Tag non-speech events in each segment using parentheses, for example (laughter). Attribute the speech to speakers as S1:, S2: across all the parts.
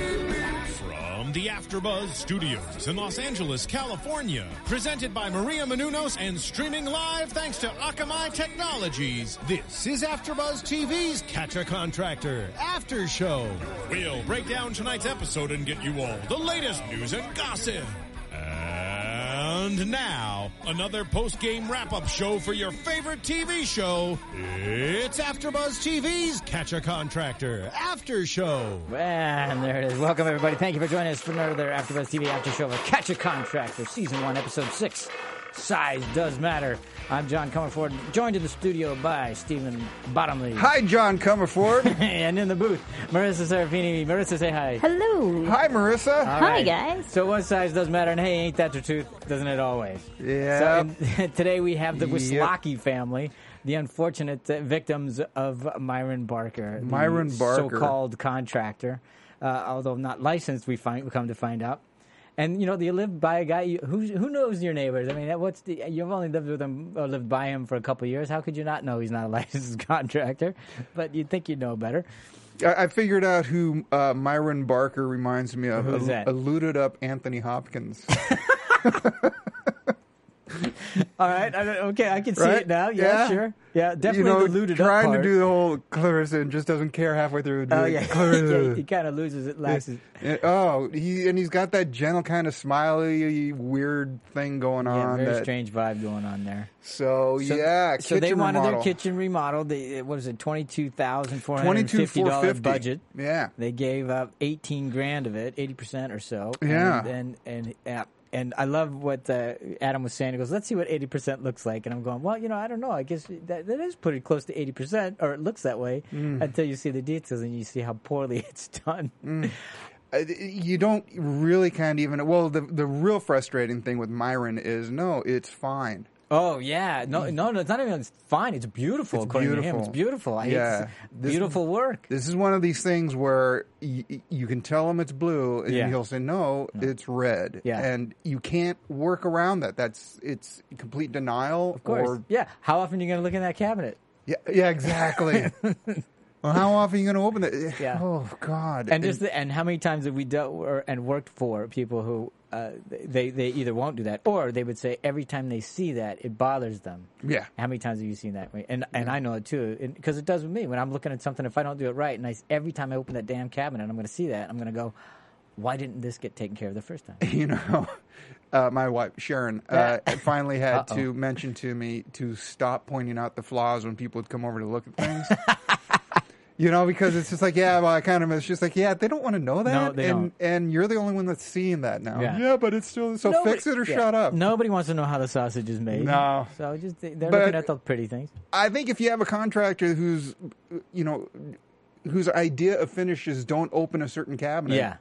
S1: From the AfterBuzz Studios in Los Angeles, California, presented by Maria Menounos and streaming live thanks to Akamai Technologies. This is AfterBuzz TV's Catch a Contractor After Show. We'll break down tonight's episode and get you all the latest news and gossip. And now, another post-game wrap-up show for your favorite TV show. It's AfterBuzz TV's Catch a Contractor After Show.
S2: And there it is. Welcome, everybody. Thank you for joining us for another AfterBuzz TV After Show of Catch a Contractor, Season 1, Episode 6. Size does matter. I'm John Comerford, joined in the studio by Stephen Bottomley.
S3: Hi, John Comerford.
S2: (laughs) And in the booth, Marissa Serafini. Marissa, say hi.
S4: Hello.
S3: Hi, Marissa.
S4: Hi,
S2: Right.
S4: guys.
S2: So one size does matter, and hey, ain't that the truth? Doesn't it always?
S3: Uh, Yeah.
S2: So and (laughs) today we have the
S3: Yep.
S2: Wislaki family, the unfortunate uh, victims of Myron Barker, the
S3: Myron Barker.
S2: so-called contractor, uh, although not licensed. We find we come to find out. And you know you live by a guy you, who who knows your neighbors. I mean, that- what's the, you've only lived with him or lived by him for a couple of years. How could you not know he's not a (laughs) licensed contractor? But you'd think you'd know better.
S3: I, I figured out who uh, Myron Barker reminds me of.
S2: Who's
S3: a,
S2: that?
S3: a looted up Anthony Hopkins.
S2: All right, I, okay, I can see
S3: Right?
S2: it now. Yeah,
S3: Yeah.
S2: sure. Yeah,
S3: you
S2: (laughs) definitely
S3: know,
S2: the looted up
S3: trying
S2: part.
S3: to do the whole Clarissa and just doesn't care halfway through.
S2: Oh
S3: doing
S2: yeah, (laughs) Yeah,
S3: Clarissa.
S2: he kind of loses it. Lacks his,
S3: (laughs) Yeah, oh, he and he's got that gentle kind of smiley, weird thing going
S2: yeah,
S3: on.
S2: very
S3: that-
S2: strange vibe going on there.
S3: So,
S2: So-
S3: yeah,
S2: so they
S3: kitchen
S2: wanted their
S3: remodel.
S2: kitchen remodeled. They, uh, what was it, twenty two thousand four hundred
S3: Twenty-two
S2: fifty
S3: four
S2: dollars
S3: fifty
S2: budget?
S3: Yeah,
S2: They gave up eighteen grand of it, eighty percent or so.
S3: Yeah.
S2: and and and, uh, and I love what uh, Adam was saying. He goes, "Let's see what eighty percent looks like." And I'm going, "Well, you know, I don't know. I guess that, that is pretty close to eighty percent, or it looks that way
S3: Mm.
S2: until you see the details and you see how poorly (laughs) it's done."
S3: Uh, you don't really kind of even. Well, the the real frustrating thing with Myron is no, it's fine.
S2: Oh yeah, no, no, no, it's not even it's fine. It's beautiful.
S3: Mm. It's
S2: according to him, it's
S3: beautiful.
S2: beautiful. I
S3: Yeah.
S2: hate this,
S3: This-
S2: beautiful work.
S3: This is one of these things where y- you can tell him it's blue, and
S2: Yeah.
S3: he'll say no, it's red.
S2: Yeah.
S3: and you can't work around that. That's it's complete denial.
S2: Of course,
S3: Or,
S2: yeah. How often are you going to look in that cabinet?
S3: yeah,
S2: (laughs)
S3: yeah, exactly. well, how often are you going to open that?
S2: Yeah.
S3: Oh God.
S2: And just the, and how many times have we dealt or, and worked for people who uh, they they either won't do that or they would say every time they see that it bothers them.
S3: Yeah.
S2: How many times have you seen that? And and I know it too because it does with me. When I'm looking at something, if I don't do it right, and I, every time I open that damn cabinet, I'm going to see that. I'm going to go, why didn't this get taken care of the first time?
S3: (laughs) you know, uh, my wife Sharon uh, finally had to mention to me to stop pointing out the flaws when people would come over to look
S2: (laughs)
S3: at things. you know, because it's just like, yeah, well, I kind of. It's just like, yeah, they don't want to know that,
S2: they
S3: and
S2: don't.
S3: and you're the only one that's seeing that now.
S2: Yeah.
S3: Yeah, but it's still so
S2: Nobody-
S3: fix it or
S2: yeah.
S3: shut up.
S2: Nobody wants to know how the sausage is made.
S3: No.
S2: So just they're looking
S3: But-
S2: at the pretty things.
S3: I think if you have a contractor who's, you know, whose idea of finishes don't open a certain cabinet,
S2: Yeah.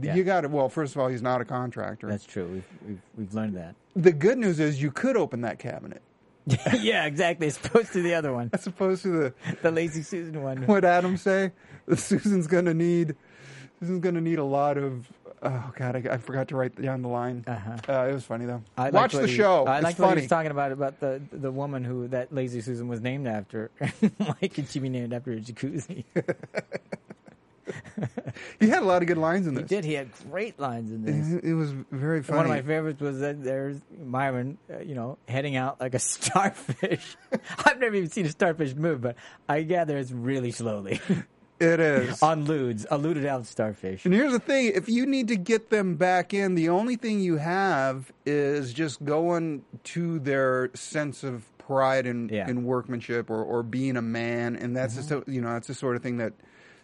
S3: you
S2: yeah.
S3: got to. Well, first of all, he's not a contractor.
S2: That's true. We've we've, we've learned that.
S3: the good news is you could open that cabinet
S2: (laughs) yeah, exactly. As opposed to the other one,
S3: as opposed to the
S2: the lazy Susan one.
S3: what Adam say? (laughs) Susan's gonna need. Susan's gonna need a lot of. Oh God, I, I forgot to write down the line. Uh-huh. it was funny though.
S2: I liked
S3: Watch the
S2: what he-
S3: show.
S2: I
S3: it's
S2: liked what he
S3: funny.
S2: was talking about about the the woman who that lazy Susan was named after. (laughs) Why could she be named after a jacuzzi?
S3: he had a lot of good lines in
S2: he
S3: this.
S2: did. He had great lines in this.
S3: It, it was very funny.
S2: One of my favorites was that there's Myron, uh, you know, heading out like a (laughs) starfish. (laughs) I've never even seen a starfish move, but I gather it's really slowly. (laughs)
S3: it is.
S2: on lewds, a looted out starfish.
S3: and here's the thing: if you need to get them back in, the only thing you have is just going to their sense of pride in,
S2: Yeah. Mm-hmm.
S3: in workmanship or, or being a man, and that's just a, you know that's the sort of thing that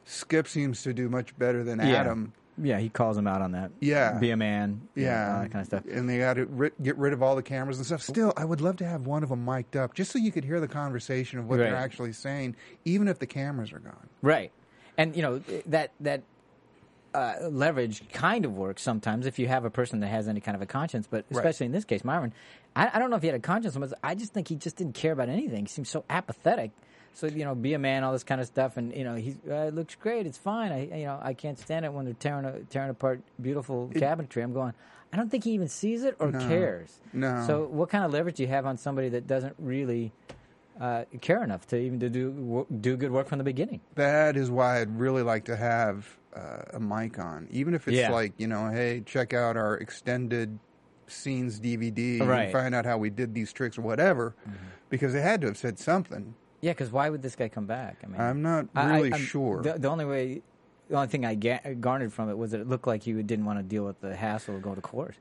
S3: Skip seems to do much better than Adam.
S2: Yeah, he calls him out on that.
S3: Yeah.
S2: Be a man. you know,
S3: Yeah,
S2: all that kind of stuff.
S3: And they got to ri- get rid of all the cameras and stuff. Still, I would love to have one of them mic'd up just so you could hear the conversation of what they're
S2: Right.
S3: actually saying, even if the cameras are gone.
S2: Right. And, you know, that, that uh, leverage kind of works sometimes if you have a person that has any kind of a conscience, but especially in this case, Myron, I, I don't know if he had a conscience, or not. I just think he just didn't care about anything. He seemed so apathetic So you know, be a man, all this kind of stuff, and you know, he uh, it looks great. It's fine. I you know, I can't stand it when they're tearing a, tearing apart beautiful cabinetry. I'm going. I don't think he even sees it or cares.
S3: no.
S2: So what kind of leverage do you have on somebody that doesn't really uh, care enough to even to do wo- do good work from the beginning?
S3: That is why I'd really like to have uh, a mic on, even if it's
S2: Yeah.
S3: like you know, hey, check out our extended scenes DVD
S2: Right. Mm-hmm.
S3: and find out how we did these tricks or whatever, because they had to have said something.
S2: Yeah, because why would this guy come back? I mean,
S3: I'm not
S2: I- I-
S3: really
S2: I'm-
S3: sure.
S2: The, the only way, the only thing I ga- garnered from it was that it looked like he didn't want to deal with the hassle of going to court.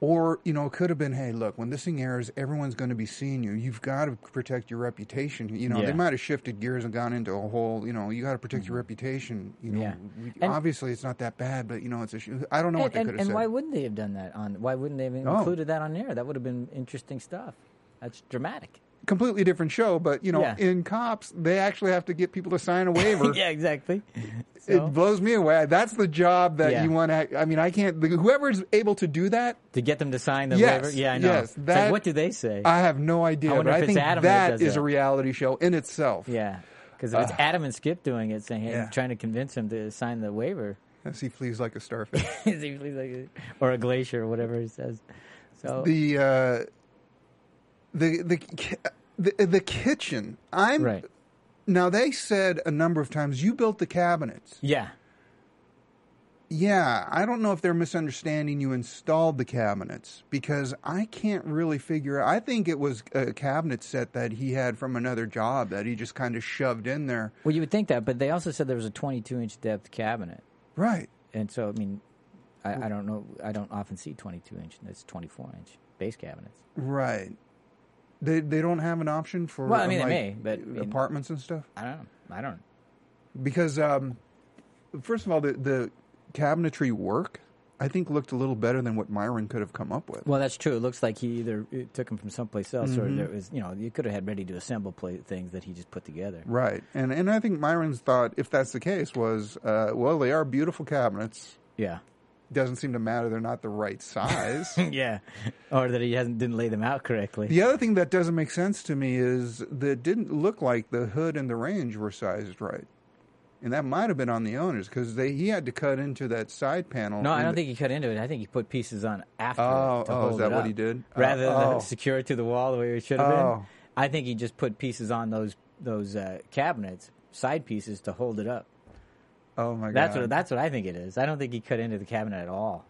S3: Or, you know, it could have been, hey, look, when this thing airs, everyone's going to be seeing you. You've got to protect your reputation. You know,
S2: Yeah. Mm-hmm.
S3: they might have shifted gears and gone into a whole, you know, you got to protect your reputation. You know,
S2: Yeah.
S3: we,
S2: And-
S3: obviously it's not that bad, but, you know, it's a sh- I don't know
S2: And,
S3: what they
S2: and,
S3: could have
S2: and
S3: said.
S2: why wouldn't they have done that? On why wouldn't they have
S3: Oh.
S2: included that on air? That would have been interesting stuff. That's
S3: (laughs)
S2: dramatic.
S3: Completely different show, but, you know,
S2: Yeah.
S3: in cops, they actually have to get people to sign a waiver.
S2: (laughs) yeah, exactly.
S3: (laughs) It
S2: So,
S3: blows me away. That's the job that
S2: Yeah.
S3: you want to. I mean, I can't. Whoever's able to do that,
S2: to get them to sign the
S3: Yes,
S2: waiver. Yeah, I know.
S3: yes,
S2: It's like,
S3: that-
S2: what do they say?
S3: I have no idea.
S2: I wonder
S3: but
S2: if
S3: I
S2: it's
S3: think
S2: Adam that
S3: that
S2: does
S3: is
S2: that.
S3: a reality show in itself.
S2: yeah, because if it's Adam and Skip doing it, saying, hey,
S3: Uh. Yeah.
S2: trying to convince him to sign the waiver, (laughs)
S3: As he flees like a starfish.
S2: it's usually like a- or a glacier or whatever he says. So
S3: the uh, the the ki- the, the kitchen. I'm
S2: right,
S3: now. They said a number of times you built the cabinets.
S2: yeah.
S3: Yeah, I don't know if they're misunderstanding. You installed the cabinets because I can't really figure. I think it was a cabinet set that he had from another job that he just kind of shoved in there.
S2: Well, you would think that, but they also said there was a 22 inch depth cabinet,
S3: Right.
S2: and so I mean, I, I don't know. I don't often see 22 inch. That's 24 inch base cabinets.
S3: Right. They they don't have an option for
S2: Well, I mean, they
S3: like,
S2: may, but, I mean-
S3: apartments and stuff.
S2: I don't. know. I don't.
S3: because um, first of all, the, the cabinetry work I think looked a little better than what Myron could have come up with.
S2: Well, that's true. It looks like he either it took him from someplace else, or there was you know you could have had ready to assemble play things that he just put together.
S3: Right, and and I think Myron's thought, if that's the case, was uh, well, they are beautiful cabinets.
S2: Yeah,
S3: Doesn't seem to matter; they're not the right
S2: (laughs)
S3: size.
S2: yeah, or that he hasn't didn't lay them out correctly.
S3: the other thing that doesn't make sense to me is that it didn't look like the hood and the range were sized right, and that might have been on the owners because they he had to cut into that side panel.
S2: No, I
S3: and
S2: don't think he cut into it. I think he put pieces on after
S3: Oh,
S2: it to
S3: oh,
S2: hold
S3: is
S2: it
S3: that what
S2: up.
S3: he did?
S2: Rather
S3: Oh,
S2: than
S3: oh.
S2: secure it to the wall the way it should have been.
S3: Oh.
S2: I think he just put pieces on those those uh, cabinets, side pieces to hold it up.
S3: Oh my god!
S2: That's what that's what I think it is. I don't think he cut into the cabinet at all.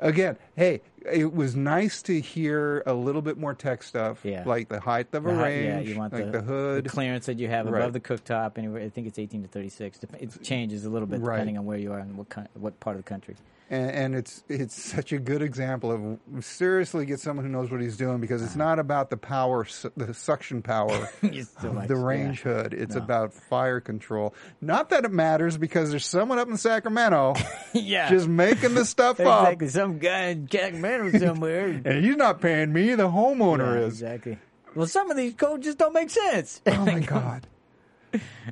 S3: Again, hey, it was nice to hear a little bit more tech stuff,
S2: Yeah.
S3: like the height of a
S2: The hi-
S3: range,
S2: yeah, you want
S3: like
S2: the,
S3: the, hood.
S2: the clearance that you have above
S3: Right.
S2: the cooktop. Anywhere, I think it's 18 to 36. Dep- It changes a little bit
S3: Right.
S2: depending on where you are and what kind, what part of the country. (laughs)
S3: and, and it's it's such a good example of seriously get someone who knows what he's doing because
S2: Uh-huh.
S3: it's not about the power, su- the
S2: (laughs)
S3: suction power,
S2: It's
S3: of
S2: like-
S3: Oh, the
S2: yeah.
S3: range hood. It's about fire control. Not that it matters because there's someone up in Sacramento
S2: (laughs) yeah,
S3: just making this stuff
S2: exactly.
S3: up,
S2: Some guy in Jack Manor somewhere.
S3: and he's not paying me. The homeowner
S2: Yeah,
S3: is.
S2: exactly. Well, some of these codes just don't make sense. (laughs)
S3: Oh my god!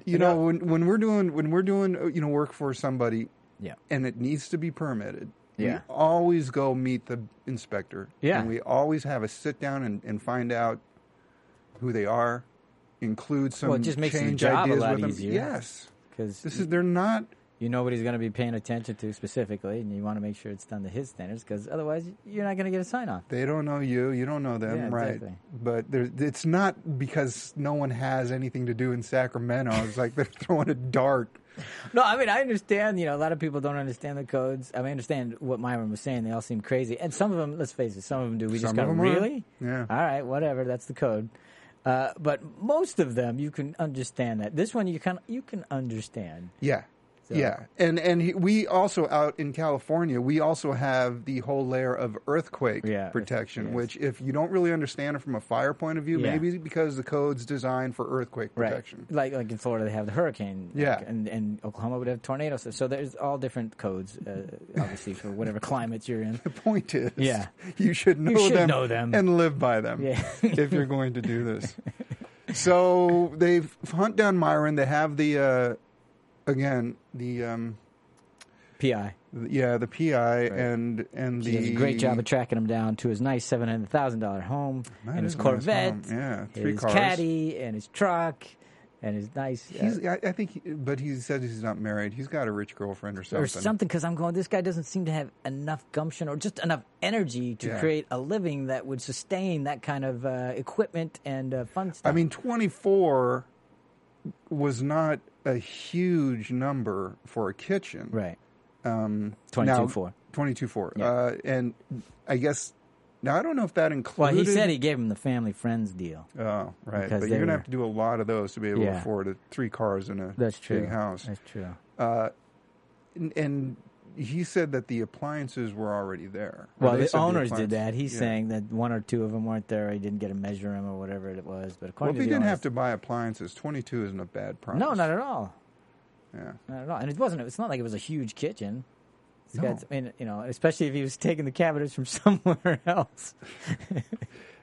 S3: You know, when when we're doing when we're doing uh, you know work for somebody,
S2: Yeah.
S3: and it needs to be permitted.
S2: Yeah.
S3: we always go meet the inspector.
S2: Yeah.
S3: and we always have a sit down and, and find out who they are. Include some
S2: Well, it just makes the
S3: change
S2: job a
S3: ideas
S2: lot
S3: with them.
S2: easier.
S3: Yes, this
S2: Because
S3: is they're not.
S2: you know what he's going to be paying attention to specifically, and you want to make sure it's done to his standards, because otherwise you're not going to get a sign on.
S3: They don't know you. You don't know them,
S2: Yeah,
S3: right?
S2: exactly.
S3: But they're- it's not because no one has anything to do in Sacramento. It's like they're (laughs) throwing a dart.
S2: No, I mean, I understand, you know, a lot of people don't understand the codes. I mean, I understand what Myron was saying. They all seem crazy. And some of them, let's face it, some of them do. We just
S3: Some
S2: go,
S3: of 'em are.
S2: really?
S3: Yeah.
S2: All right, whatever. That's the code. Uh, but most of them, you can understand that. This one, you can, you can understand.
S3: Yeah. Yeah. And and he, we also out in California, we also have the whole layer of earthquake
S2: Yeah,
S3: protection,
S2: yes.
S3: which if you don't really understand it from a fire point of view,
S2: Yeah.
S3: maybe because the code's designed for earthquake protection.
S2: Like like in Florida, they have the hurricane.
S3: Yeah.
S2: like, and and Oklahoma would have tornadoes. So, so there's all different codes, uh, obviously for whatever climates you're
S3: (laughs)
S2: in.
S3: The point is,
S2: Yeah.
S3: (laughs) you should know
S2: should
S3: them,
S2: know them.
S3: and live by them
S2: Yeah.
S3: if you're going
S2: (laughs)
S3: to do this. So they hunt down Myron. They have the uh, again the um,
S2: Pi.
S3: yeah the PI and and
S2: He
S3: the
S2: does a great job of tracking him down to his nice seven hundred thousand dollar home
S3: That
S2: and his
S3: is a nice
S2: Corvette,
S3: home. Yeah, three
S2: his
S3: cars.
S2: caddy and his truck and his nice uh,
S3: He's, I, I think, he, but he says he's not married. He's got a rich girlfriend or something.
S2: or something. Because I'm going, this guy doesn't seem to have enough gumption or just enough energy to
S3: Yeah.
S2: create a living that would sustain that kind of uh, equipment and uh, fun stuff.
S3: I mean, 24 was not a huge number for a kitchen.
S2: right?
S3: Um,
S2: Twenty-two
S3: now-
S2: four.
S3: 22.4.
S2: Yeah.
S3: Uh, and I guess, now I don't know if that included.
S2: Well, he said he gave him the family friends deal.
S3: Oh, right.
S2: because
S3: But
S2: they
S3: you're going to
S2: were-
S3: have to do a lot of those to be able to
S2: Yeah.
S3: afford a, three cars and a
S2: That's true.
S3: big house.
S2: That's true.
S3: Uh, and, and he said that the appliances were already there. Or
S2: Well,
S3: they
S2: the
S3: said
S2: owners did
S3: appliances-
S2: that. He's
S3: yeah.
S2: saying that one or two of them weren't there. He didn't get to measure them or whatever it was. But
S3: Well,
S2: according
S3: if he
S2: to the
S3: didn't
S2: owners,
S3: have to buy appliances, 22 isn't a bad price.
S2: no, not at all.
S3: Yeah.
S2: Not at all. And it wasn't. It's not like it was a huge kitchen. It's got-
S3: No.
S2: I mean, you know, especially if he was taking the cabinets from (laughs) somewhere else.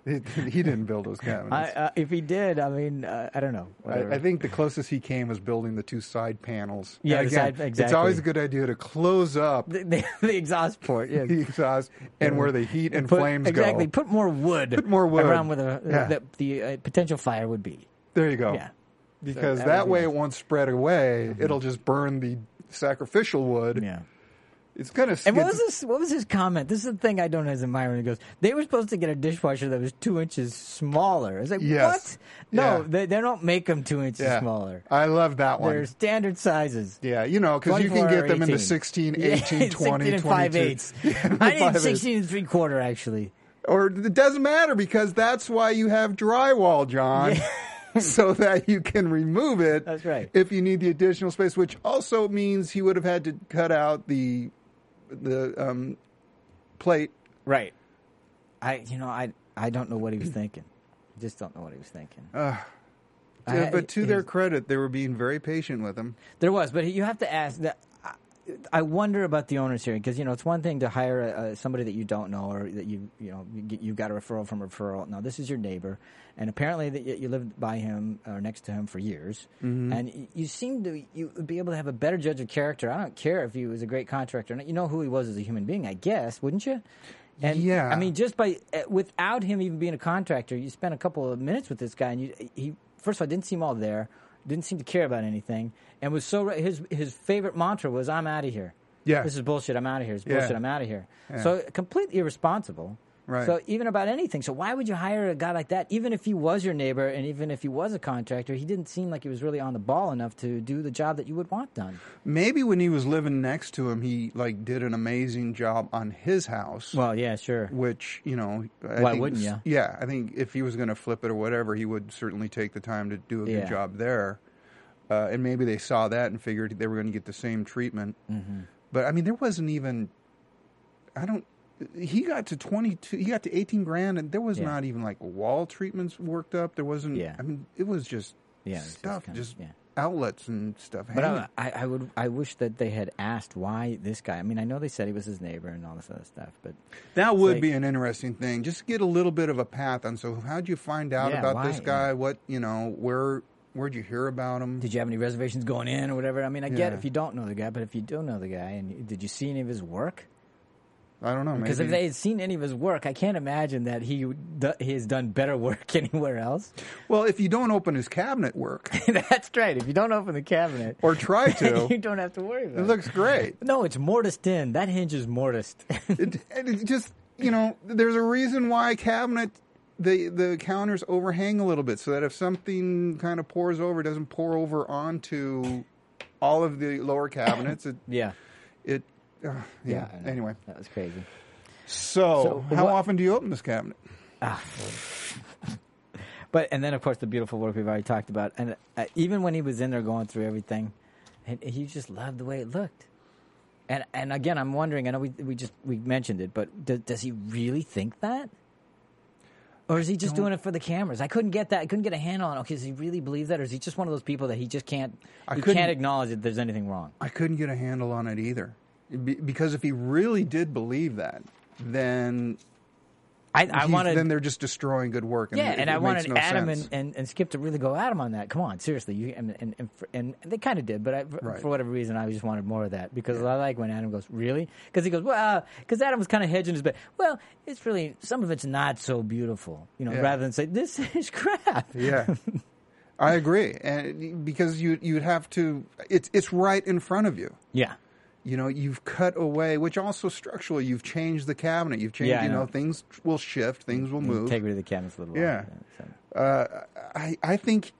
S3: He, (laughs) he didn't build those cabinets.
S2: I, uh, if he did, I mean, uh, I don't know.
S3: I, I
S2: whatever.
S3: think the closest he came was building the two side panels.
S2: Yeah,
S3: And
S2: the
S3: again,
S2: side-
S3: It's always
S2: exactly.
S3: a good idea to close up
S2: the, the, (laughs) the exhaust port.
S3: (laughs)
S2: Yeah.
S3: the exhaust and where the heat and
S2: Put-
S3: flames
S2: exactly.
S3: go.
S2: Put more wood.
S3: Put more wood.
S2: around where the
S3: Yeah.
S2: the, the uh, potential fire would be.
S3: There you go.
S2: Yeah.
S3: Because
S2: that
S3: that,
S2: would be
S3: way
S2: nice. Mm-hmm.
S3: it won't spread away. It'll just burn the sacrificial wood.
S2: Yeah.
S3: It's kind of.
S2: And what was this? What was his comment? This is the thing I don't as admire when he goes. They were supposed to get a dishwasher that was two inches smaller. It's like
S3: Yes.
S2: what? No,
S3: Yeah.
S2: they, they don't make them two inches
S3: Yeah.
S2: smaller.
S3: I love that one.
S2: They're standard sizes.
S3: yeah, you know, because you can
S2: 24
S3: get them
S2: or
S3: into
S2: 18.
S3: 16,
S2: (laughs) Yeah,
S3: 18, 20,
S2: 16 and five
S3: 22.
S2: eighths.
S3: (laughs) Yeah,
S2: I need
S3: five-eighths.
S2: sixteen and three quarter actually.
S3: or it doesn't matter because that's why you have drywall, John. (laughs) so that you can remove it.
S2: That's right.
S3: If you need the additional space, which also means he would have had to cut out the the um, plate.
S2: Right. I you know I I don't know what he was thinking. I just don't know what he was thinking. I-
S3: but to their
S2: his-
S3: credit, they were being very patient with him.
S2: There was, but you have to ask that. I- I wonder about the owners here because you know it's one thing to hire a, a, somebody that you don't know or that you you know you, get, you got a referral from a referral. Now this is your neighbor, and apparently that you, you lived by him or next to him for years, and y- you seem to you would be able to have a better judge of character. I don't care if he was a great contractor or not. You know who he was as a human being, I guess, wouldn't you? And
S3: Yeah.
S2: I mean, just by uh, without him even being a contractor, you spent a couple of minutes with this guy, and you, he first of all didn't seem all there, didn't seem to care about anything, and was so re- his his favorite mantra was "I'm out of here."
S3: Yeah.
S2: this is bullshit. I'm out of here. It's
S3: Yeah.
S2: bullshit. I'm out of here. So completely irresponsible.
S3: Right.
S2: So even about anything. So why would you hire a guy like that? Even if he was your neighbor, and even if he was a contractor, he didn't seem like he was really on the ball enough to do the job that you would want done.
S3: Maybe when he was living next to him, he like did an amazing job on his house.
S2: Well, yeah, sure.
S3: which you know, I
S2: Why
S3: think-
S2: wouldn't ya?
S3: Yeah, I think if he was going to flip it or whatever, he would certainly take the time to do a good
S2: Yeah.
S3: job there. Uh, and maybe they saw that and figured they were going to get the same treatment.
S2: Mm-hmm.
S3: But I mean, there wasn't even. I don't. He got to twenty two. He got to eighteen grand, and there was
S2: Yeah.
S3: not even like wall treatments worked up. There wasn't.
S2: Yeah.
S3: I mean, it was just
S2: Yeah, it was just
S3: stuff,
S2: kinda-
S3: just,
S2: yeah.
S3: outlets and stuff.
S2: But
S3: hanging.
S2: I, I, I would, I wish that they had asked why this guy. I mean, I know they said he was his neighbor and all this other stuff, but
S3: That would
S2: like-
S3: be an interesting thing. Just get a little bit of a path on. So, how'd you find out
S2: Yeah,
S3: about this
S2: why?
S3: guy? What you know? Where where'd you hear about him?
S2: did you have any reservations going in or whatever? I mean, I get
S3: Yeah.
S2: if you don't know the guy, but if you do know the guy, and did you see any of his work?
S3: I don't know.
S2: Because
S3: maybe-
S2: if they had seen any of his work, I can't imagine that he would- do- he has done better work (laughs) anywhere else.
S3: well, if you don't open his cabinet work
S2: That's right. If you don't open the cabinet, (laughs)
S3: or try
S2: you
S3: to,
S2: don't have to worry
S3: it
S2: about it.
S3: looks great.
S2: No, it's mortised in. That hinge is mortised. (laughs)
S3: It, and it just you know, there's a reason why cabinet the the counters overhang a little bit so that if something kind of pours over, it doesn't pour over onto all of the lower cabinets. It
S2: (coughs) yeah.
S3: it uh, yeah.
S2: I know.
S3: Anyway,
S2: that was crazy.
S3: so,
S2: So
S3: how
S2: what-
S3: often do you open this cabinet?
S2: But and then of course the beautiful work we've already talked about, and uh, even when he was in there going through everything, and he just loved the way it looked. And and again, I'm wondering. I know we we just we mentioned it, but do, does he really think that, or is he just doing it for the cameras? I couldn't get that. I couldn't get a handle on. Okay, does he really believe that, or is he just one of those people that he just can't?
S3: I
S2: he
S3: couldn't-
S2: can't acknowledge that there's anything wrong.
S3: I couldn't get a handle on it either. Be- because if he really did believe that, then
S2: I, I
S3: he's-
S2: wanted
S3: then they're just destroying good work. And
S2: Yeah,
S3: it-
S2: and
S3: it
S2: I
S3: makes
S2: wanted
S3: no
S2: Adam
S3: sense.
S2: and, and, and Skip to really go at him on that. Come on, seriously. You and and and, for, and they kind of did, but I, for,
S3: Right.
S2: for whatever reason, I just wanted more of that because I like when Adam goes really because he goes well because Adam was kind of hedging his bet. Well, it's really some of it's not so beautiful, you know. (laughs)
S3: Yeah.
S2: Rather than say this is (laughs) crap.
S3: yeah. I agree, and because you you'd have to. It's it's right in front of you.
S2: Yeah.
S3: You know, you've cut away, which also structurally, you've changed the cabinet. You've changed.
S2: Yeah, I
S3: you know.
S2: know. Mm,
S3: things will shift. Things will move.
S2: Take rid of the cabinets a little.
S3: Yeah.
S2: so.
S3: uh, I I think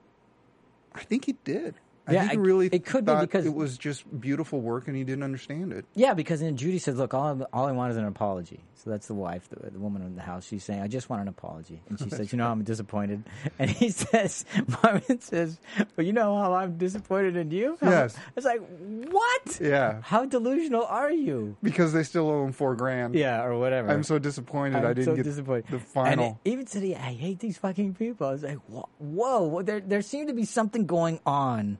S3: I think he did. I
S2: Yeah,
S3: think he
S2: I-
S3: really
S2: it could be
S3: thought
S2: because-
S3: it was just beautiful work and he didn't understand it.
S2: Yeah, because then Judy says, "Look, all I- all I want is an apology." So that's the wife, the, the woman in the house. She's saying, "I just want an apology," and (laughs) she says, "You know, I'm disappointed." (laughs) And he says, (laughs) "Marvin says, well, you know how I'm disappointed in you." (laughs) How-
S3: Yes.
S2: It's like what?
S3: Yeah.
S2: How delusional are you?
S3: Because they still owe him four grand.
S2: Yeah, or whatever.
S3: I'm so disappointed
S2: I'm
S3: I didn't
S2: so
S3: get
S2: disappointed.
S3: the
S2: And
S3: final.
S2: it even today, I hate these fucking people. I was like, wha- whoa, well, there there seemed to be something going on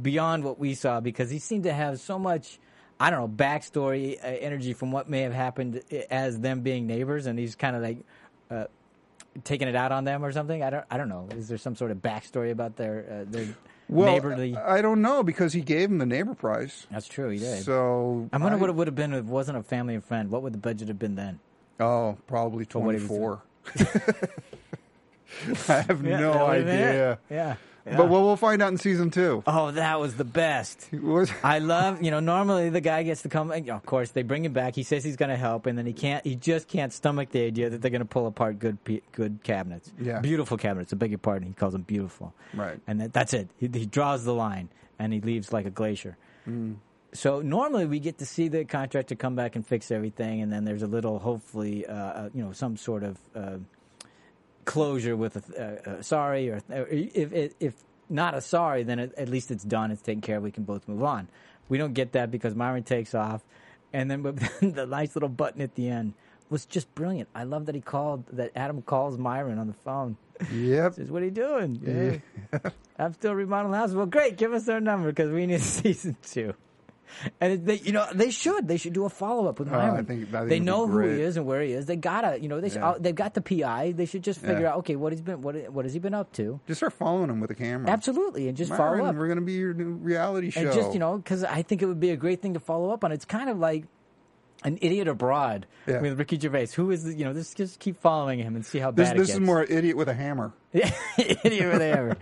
S2: beyond what we saw because he seemed to have so much. I don't know backstory uh, energy from what may have happened i- as them being neighbors, and he's kind of like uh, taking it out on them or something. I don't, I don't know. Is there some sort of backstory about their uh, their
S3: well, uh,
S2: neighborly?
S3: I don't know because he gave him the neighbor price.
S2: That's true. He did.
S3: So
S2: I wonder
S3: I-
S2: what it would have been if it wasn't a family and friend. What would the budget have been then?
S3: Oh, probably
S2: what he
S3: twenty
S2: was
S3: four.
S2: (laughs)
S3: I have
S2: Yeah,
S3: no
S2: that would've been it.
S3: idea.
S2: Yeah. yeah.
S3: But well, we'll find out in season two.
S2: oh, that was the best.
S3: Was- (laughs)
S2: I love, you know, normally the guy gets to come, and of course, they bring him back. He says he's going to help, and then he can't, he just can't stomach the idea that they're going to pull apart good, pe- good cabinets.
S3: Yeah.
S2: Beautiful cabinets. I beg your pardon. He calls them beautiful.
S3: Right.
S2: And that, that's it. He, he draws the line, and he leaves like a glacier. So normally we get to see the contractor come back and fix everything, and then there's a little, hopefully, uh, uh, you know, some sort of uh, closure with a uh, uh, sorry, or or if, if if not a sorry, then at, at least it's done. It's taken care of. We can both move on. We don't get that because Myron takes off, and then (laughs) but the nice little button at the end was just brilliant. I love that he called that Adam calls Myron on the phone.
S3: Yep.
S2: Says, "What are you doing? Yeah.
S3: (laughs)
S2: I'm still remodeling the house. Well, great. Give us their number because we need (laughs) season two. And it- they, you know, they should. They should do a follow up with
S3: Oh, I
S2: Myron.
S3: think- I think
S2: they
S3: it'd be
S2: know who
S3: great.
S2: he is and where he is. They gotta, you know, they should,
S3: Yeah.
S2: uh, they've got the PI. They should just figure
S3: Yeah.
S2: out, okay, what he's been, what what has he been up to?
S3: Just start following him with a camera.
S2: Absolutely, and just follow
S3: Myron,
S2: up.
S3: We're going to be your new reality show.
S2: And just you know, because I think it would be a great thing to follow up on. It's kind of like an idiot abroad
S3: Yeah.
S2: with Ricky Gervais. Who is the- you know, just just keep following him and see how
S3: this
S2: bad it
S3: this is
S2: gets.
S3: more idiot with a hammer.
S2: (laughs) idiot with a hammer.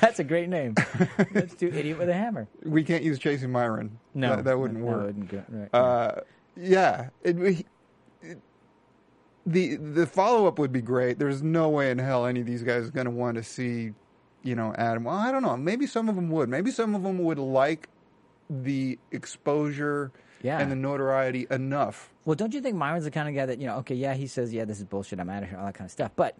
S2: That's a great name. Let's do idiot with a hammer.
S3: We can't use chasing Myron.
S2: No,
S3: that, that wouldn't
S2: that
S3: work.
S2: wouldn't go- right.
S3: Uh, yeah, it, it, the the follow up would be great. There's no way in hell any of these guys are going to want to see, you know, Adam. Well, I don't know. Maybe some of them would. Maybe some of them would like the exposure
S2: Yeah.
S3: and the notoriety enough.
S2: Well, don't you think Myron's the kind of guy that, you know, okay, yeah, he says, yeah, this is bullshit, I'm out of here, all that kind of stuff. But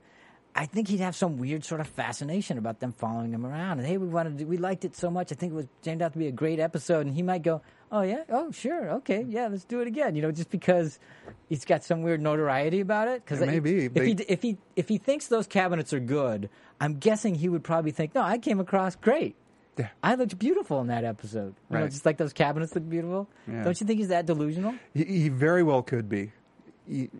S2: I think he'd have some weird sort of fascination about them following him around. And hey, we wanted to, we liked it so much. I think it was turned out to be a great episode. And he might go, oh, yeah, oh, sure, okay, yeah, let's do it again. You know, just because he's got some weird notoriety about it. Because
S3: It may be.
S2: If,
S3: They-
S2: he, if, he, if he thinks those cabinets are good, I'm guessing he would probably think, no, I came across great.
S3: Yeah.
S2: I looked beautiful in that episode. You know,
S3: Right.
S2: just like those cabinets look beautiful.
S3: Yeah.
S2: Don't you think he's that delusional?
S3: He, he very well could be. He-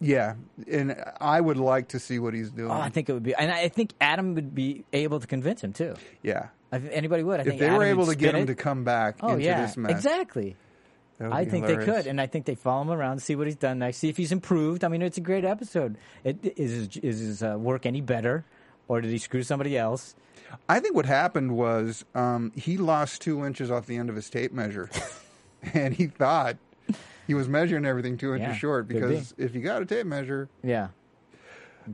S3: yeah, and I would like to see what he's doing.
S2: Oh, I think it would be, and I think Adam would be able to convince him too.
S3: yeah.
S2: I think anybody would. I
S3: If
S2: think
S3: they
S2: Adam
S3: were
S2: would
S3: able to get
S2: spin
S3: him to
S2: it.
S3: come back
S2: oh
S3: into
S2: yeah,
S3: this mess,
S2: exactly.
S3: that would
S2: I
S3: be
S2: think they
S3: hilarious.
S2: could, and I think they follow him around, see what he's done next, see if he's improved. I mean, it's a great episode. It, is his, is his uh, work any better, or did he screw somebody else?
S3: I think what happened was um, he lost two inches off the end of his
S2: (laughs)
S3: tape measure, and he thought he was measuring everything two inches
S2: Yeah,
S3: short
S2: could be.
S3: because if you got a tape measure,
S2: Yeah,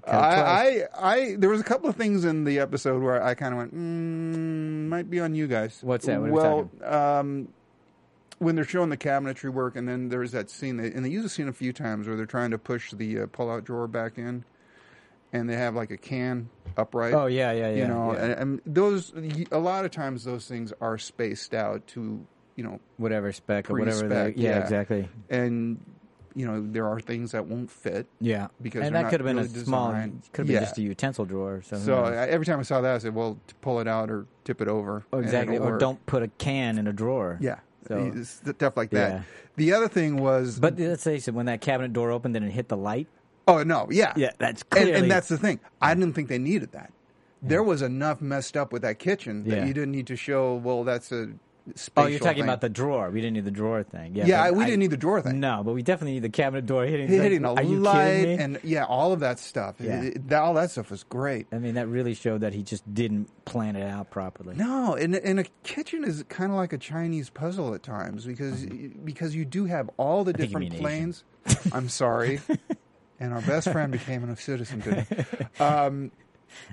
S3: I, I, I, there was a couple of things in the episode where I kind of went, mm, might be on you guys.
S2: What's that? What are we
S3: well, um, when they're showing the cabinetry work, and then there's that scene, and they use a scene a few times where they're trying to push the uh, pull-out drawer back in, and they have like a can upright.
S2: Oh, yeah, yeah, yeah,
S3: You know,
S2: yeah.
S3: And, and those a lot of times those things are spaced out to you know
S2: whatever spec or whatever.
S3: pre-spec.
S2: the- yeah, exactly.
S3: And you know there are things that won't fit.
S2: Yeah,
S3: Because
S2: and that
S3: they're not
S2: could have been
S3: really
S2: a small,
S3: designed-
S2: could have been
S3: Yeah.
S2: just a utensil drawer. Or something.
S3: So I, every time I saw that, I said, "Well, to pull it out or tip it over."
S2: Mm-hmm. Oh,
S3: and
S2: exactly,
S3: it'll
S2: or
S3: work.
S2: don't put a can in a drawer.
S3: Yeah,
S2: So-
S3: It's stuff like that.
S2: Yeah.
S3: The other thing was,
S2: But let's face it, when that cabinet door opened and it hit the light,
S3: oh no, yeah,
S2: Yeah, that's
S3: and,
S2: clearly-
S3: and that's the thing. I didn't think they needed that. There was enough messed up with that kitchen that
S2: Yeah.
S3: you didn't need to show. Well, that's a spatial
S2: Oh, you're talking
S3: thing.
S2: about the drawer. We didn't need the drawer thing. Yeah,
S3: yeah.
S2: but
S3: I, we
S2: I-
S3: didn't need the drawer thing.
S2: No, but we definitely need the cabinet door hitting. like,
S3: hitting a
S2: are you
S3: light
S2: kidding me?
S3: and yeah, all of that stuff.
S2: Yeah.
S3: It- it- that- all that stuff was great.
S2: I mean, that really showed that he just didn't plan it out properly.
S3: No, and and a kitchen is kind of like a Chinese puzzle at times because because you do have all the
S2: Mm-hmm. think you
S3: different
S2: mean
S3: planes.
S2: (laughs)
S3: I'm sorry, and our best friend became a citizen today. Um,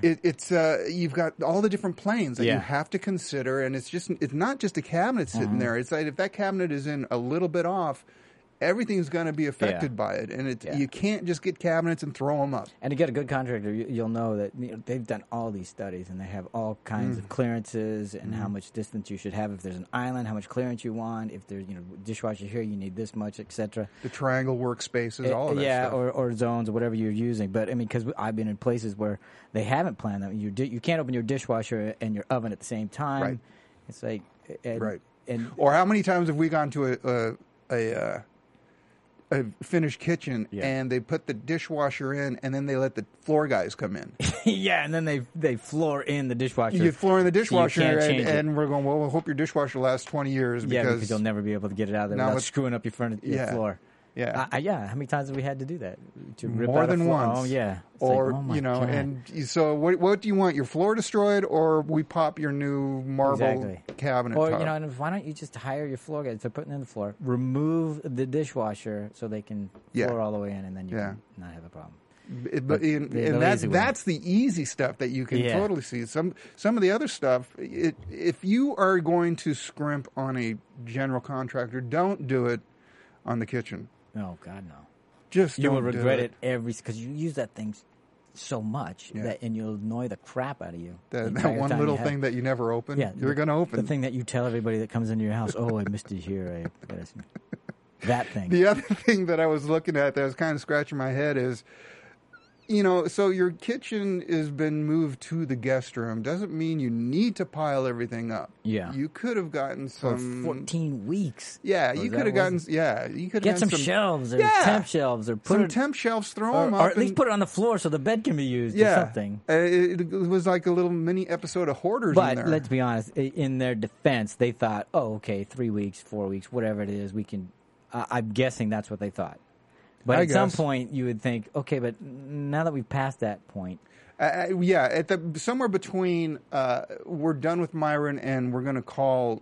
S3: it, it's uh, you've got all the different planes that you
S2: Yeah. Mm-hmm.
S3: have to consider, and it's just it's not just a cabinet sitting there. It's like if that cabinet is in a little bit off. Everything's going to be affected by it, and it's,
S2: Yeah.
S3: you can't just get cabinets and throw them up.
S2: And to get a good contractor, you, you'll know that you know, they've done all these studies and they have all kinds
S3: Mm.
S2: of clearances and how much distance you should have. If there's an island, how much clearance you want. If there's you know dishwasher here, you need this much, etc.
S3: The triangle workspaces, all of that
S2: Eh, yeah,
S3: stuff.
S2: or or zones, or whatever you're using. But I mean, because I've been in places where they haven't planned them. You di- you can't open your dishwasher and your oven at the same time.
S3: Right.
S2: It's like eh, and,
S3: Right.
S2: and (laughs)
S3: Or how many times have we gone to a a a, uh, a finished kitchen
S2: Yeah.
S3: and they put the dishwasher in and then they let the floor guys
S2: (laughs)
S3: come in?
S2: yeah, and then they they floor in the dishwasher.
S3: You floor in the
S2: So you
S3: dishwasher
S2: can't
S3: and,
S2: change it.
S3: and we're going. Well, we hope your dishwasher lasts twenty years because,
S2: yeah, because you'll never be able to get it out of there
S3: Now
S2: without
S3: it's-
S2: screwing up your furniture, your
S3: yeah.
S2: floor.
S3: Yeah.
S2: I, I, yeah. How many times have we had to do that? To rip
S3: more
S2: out a
S3: than
S2: floor?
S3: once.
S2: Oh yeah. It's like,
S3: or
S2: oh my
S3: you know,
S2: God.
S3: and you- so what? What do you want? Your floor destroyed, or we pop your new marble
S2: exactly
S3: cabinet?
S2: Or
S3: top?
S2: you know, and why don't you just hire your floor guys? They're putting in the floor. Remove the dishwasher so they can
S3: Yeah.
S2: floor all the way in, and then you
S3: Yeah.
S2: can not have a problem.
S3: It- but in,
S2: the-
S3: and
S2: the
S3: that's
S2: easy way.
S3: that's the easy stuff that you can
S2: Yeah.
S3: totally see. Some some of the other stuff, it, if you are going to scrimp on a general contractor, don't do it on the kitchen.
S2: Oh God, no.
S3: Just
S2: You will
S3: don't do
S2: regret it every because you use that thing so much
S3: Yeah.
S2: that and you'll annoy the crap out of you. the
S3: That, that
S2: entire
S3: one
S2: time you
S3: little
S2: have it.
S3: thing that you never open,
S2: Yeah,
S3: you're
S2: the-
S3: going to
S2: the
S3: open.
S2: thing that you tell everybody that comes into your house. Oh, I missed it here. I gotta see." that thing.
S3: The other (laughs) thing that I was looking at that I was kind of scratching my head is, you know, so your kitchen has been moved to the guest room doesn't mean you need to pile everything up.
S2: Yeah.
S3: you could have gotten
S2: for
S3: some.
S2: fourteen weeks.
S3: um, Yeah,
S2: Or
S3: you
S2: Oh, is
S3: could
S2: that
S3: have
S2: what it
S3: gotten.
S2: was?
S3: Yeah, you could
S2: get
S3: have
S2: some,
S3: done
S2: shelves or
S3: yeah,
S2: temp shelves or put
S3: some
S2: it,
S3: temp shelves. Throw
S2: or,
S3: them up,
S2: or at
S3: and-
S2: least put it on the floor so the bed can be used
S3: yeah.
S2: or something.
S3: Uh, It, it was like a little mini episode of Hoarders in
S2: But
S3: there.
S2: let's be honest. i- In their defense, they thought, "Oh, okay, three weeks, four weeks, whatever it is, we can." I I'm guessing that's what they thought. But
S3: I
S2: at some
S3: guess.
S2: point, you would think, "Okay, but now that we've passed that
S3: (laughs)
S2: point,
S3: Uh, uh, yeah, at the somewhere between uh, we're done with Myron and we're going to call,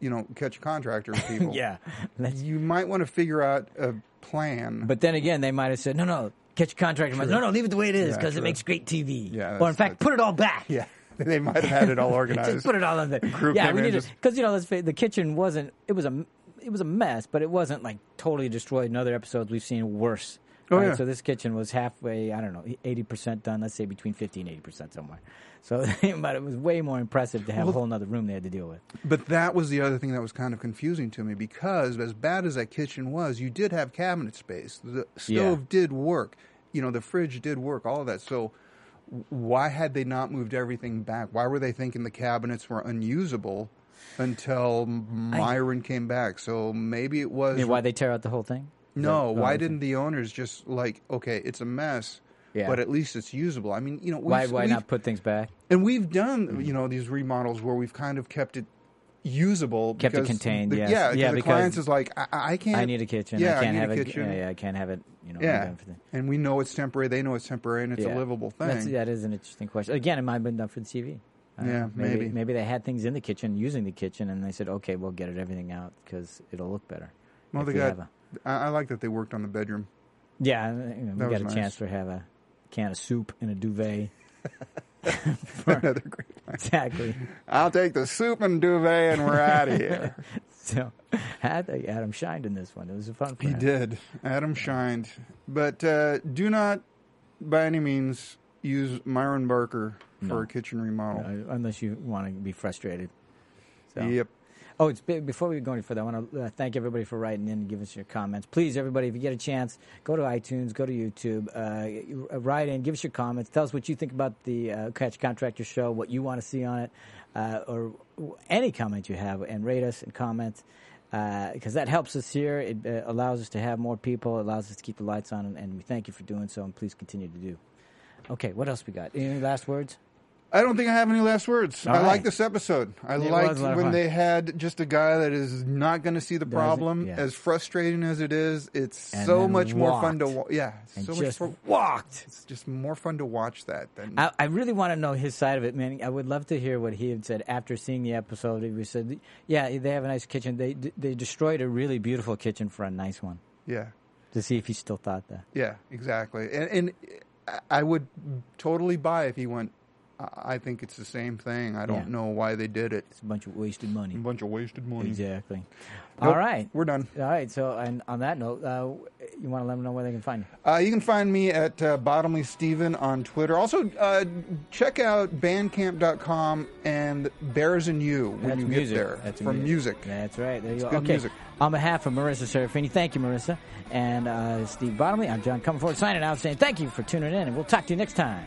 S3: you know, catch a contractor
S2: (laughs)
S3: people.
S2: yeah, let's
S3: you might want to figure out a plan.
S2: But then again, they might have said, no, no, catch a contract. and went, No, no, leave it the way it is
S3: Yeah,
S2: because
S3: true.
S2: it makes great TV.
S3: Yeah,
S2: or
S3: that's-
S2: in fact,
S3: that's-
S2: put it all back.
S3: yeah, (laughs) they might have had it all organized.
S2: (laughs) Just put it all on there.
S3: Group
S2: yeah,
S3: them
S2: we
S3: in,
S2: need to
S3: just-
S2: because you know let's face, the kitchen wasn't. It was a it was a mess, but it wasn't like totally destroyed. In other episodes, we've seen worse.
S3: Oh,
S2: right?
S3: yeah.
S2: So this kitchen was halfway. I don't know, eighty percent done. Let's say between fifty and eighty percent somewhere. So, (laughs) but it was way more impressive to have a whole other room they had to deal with.
S3: But that was the other thing that was kind of confusing to me because, as bad as that kitchen was, you did have cabinet space. The stove
S2: Yeah.
S3: did work. You know, the fridge did work, all of that. So, w- why had they not moved everything back? Why were they thinking the cabinets were unusable until M- Myron came back? So, maybe it was.
S2: I mean, why they tear out the whole thing?
S3: no,
S2: Oh,
S3: why
S2: okay.
S3: didn't the owners just, like, okay, it's a mess,
S2: Yeah.
S3: but at least it's usable? I mean, you know,
S2: Why
S3: we've-
S2: why
S3: we've-
S2: not put things back?
S3: and we've
S2: Mm-hmm.
S3: done, you know, these remodels where we've kind of kept it usable,
S2: Kept it
S3: because
S2: contained,
S3: The,
S2: yes.
S3: Yeah,
S2: Yeah,
S3: The
S2: because-
S3: clients is like, I, I can't.
S2: I need a kitchen.
S3: Yeah,
S2: I can't
S3: need
S2: have
S3: a
S2: it.
S3: kitchen.
S2: Yeah, I can't have it. You know,
S3: Yeah.
S2: done for the-
S3: and we know it's temporary. They know it's temporary, and it's
S2: Yeah.
S3: a livable thing.
S2: That's, that is an interesting question. Again, it might have been done for the TV. I don't
S3: Yeah,
S2: know.
S3: maybe.
S2: maybe they had things in the kitchen using the kitchen, and they said, "Okay, we'll get it everything out because it'll look better."
S3: well,
S2: if
S3: they
S2: we
S3: got.
S2: have a-
S3: I, I like that they worked on the bedroom. (laughs)
S2: yeah, I- you know,
S3: That
S2: we
S3: was
S2: got a
S3: nice.
S2: chance to have a can of soup and a
S3: (laughs)
S2: duvet.
S3: Another great line.
S2: exactly.
S3: I'll take the soup and duvet, and
S2: (laughs)
S3: we're out of here.
S2: So, I think Adam shined in this one. It was a fun.
S3: he
S2: plan.
S3: did. Adam shined, but uh, do not, by any means, use Myron Barker for a kitchen remodel.
S2: Uh, unless you want to be frustrated. So.
S3: Yep.
S2: Oh, it's be- before we go any further, I want to uh, thank everybody for writing in and giving us your comments. Please, everybody, if you get a chance, go to iTunes, go to YouTube, uh, you- uh, write in, give us your comments, tell us what you think about the uh, Catch Contractor show, what you want to see on it, uh, or w- any comment you have, and rate us and comment because that helps us here. It uh, allows us to have more people, allows us to keep the lights on, and, and we thank you for doing so. And please continue to do. Okay, what else we got? Any last words?
S3: I don't think I have any last words.
S2: All
S3: I
S2: right.
S3: like this episode. I
S2: was
S3: liked
S2: a lot of
S3: when
S2: fun.
S3: they had just a guy that is not going to see the problem.
S2: yeah.
S3: As frustrating as it is, it's
S2: And
S3: so
S2: then
S3: much more fun to
S2: walked.
S3: wa- yeah,
S2: And
S3: so
S2: just
S3: much more,
S2: walked.
S3: it's just more fun to watch that than
S2: I, I really want to know his side of it, man. I would love to hear what he had said after seeing the episode. He said, "Yeah, they have a nice kitchen. They they destroyed a really beautiful kitchen for a nice one."
S3: yeah.
S2: To see if he still thought that.
S3: Yeah, exactly. And, and I- I would totally buy if he went. I I think it's the same thing. I don't
S2: Yeah.
S3: know why they did it.
S2: It's a bunch of wasted money.
S3: A bunch of wasted money.
S2: Exactly.
S3: Nope,
S2: All right.
S3: we're done.
S2: All right. So, and on that note, uh, you want to let them know where they can find you?
S3: Uh, you can find me at uh, Bottomly Steven on Twitter. Also, uh, check out bandcamp.com and Bears and You when
S2: That's
S3: you
S2: music.
S3: get there
S2: That's
S3: for music.
S2: That's right. There you go.
S3: good
S2: okay.
S3: music.
S2: On behalf of Marissa Serafini, thank you, Marissa, and uh, Steve Bottomley. I'm John Comerford signing out, saying thank you for tuning in, and we'll talk to you next time.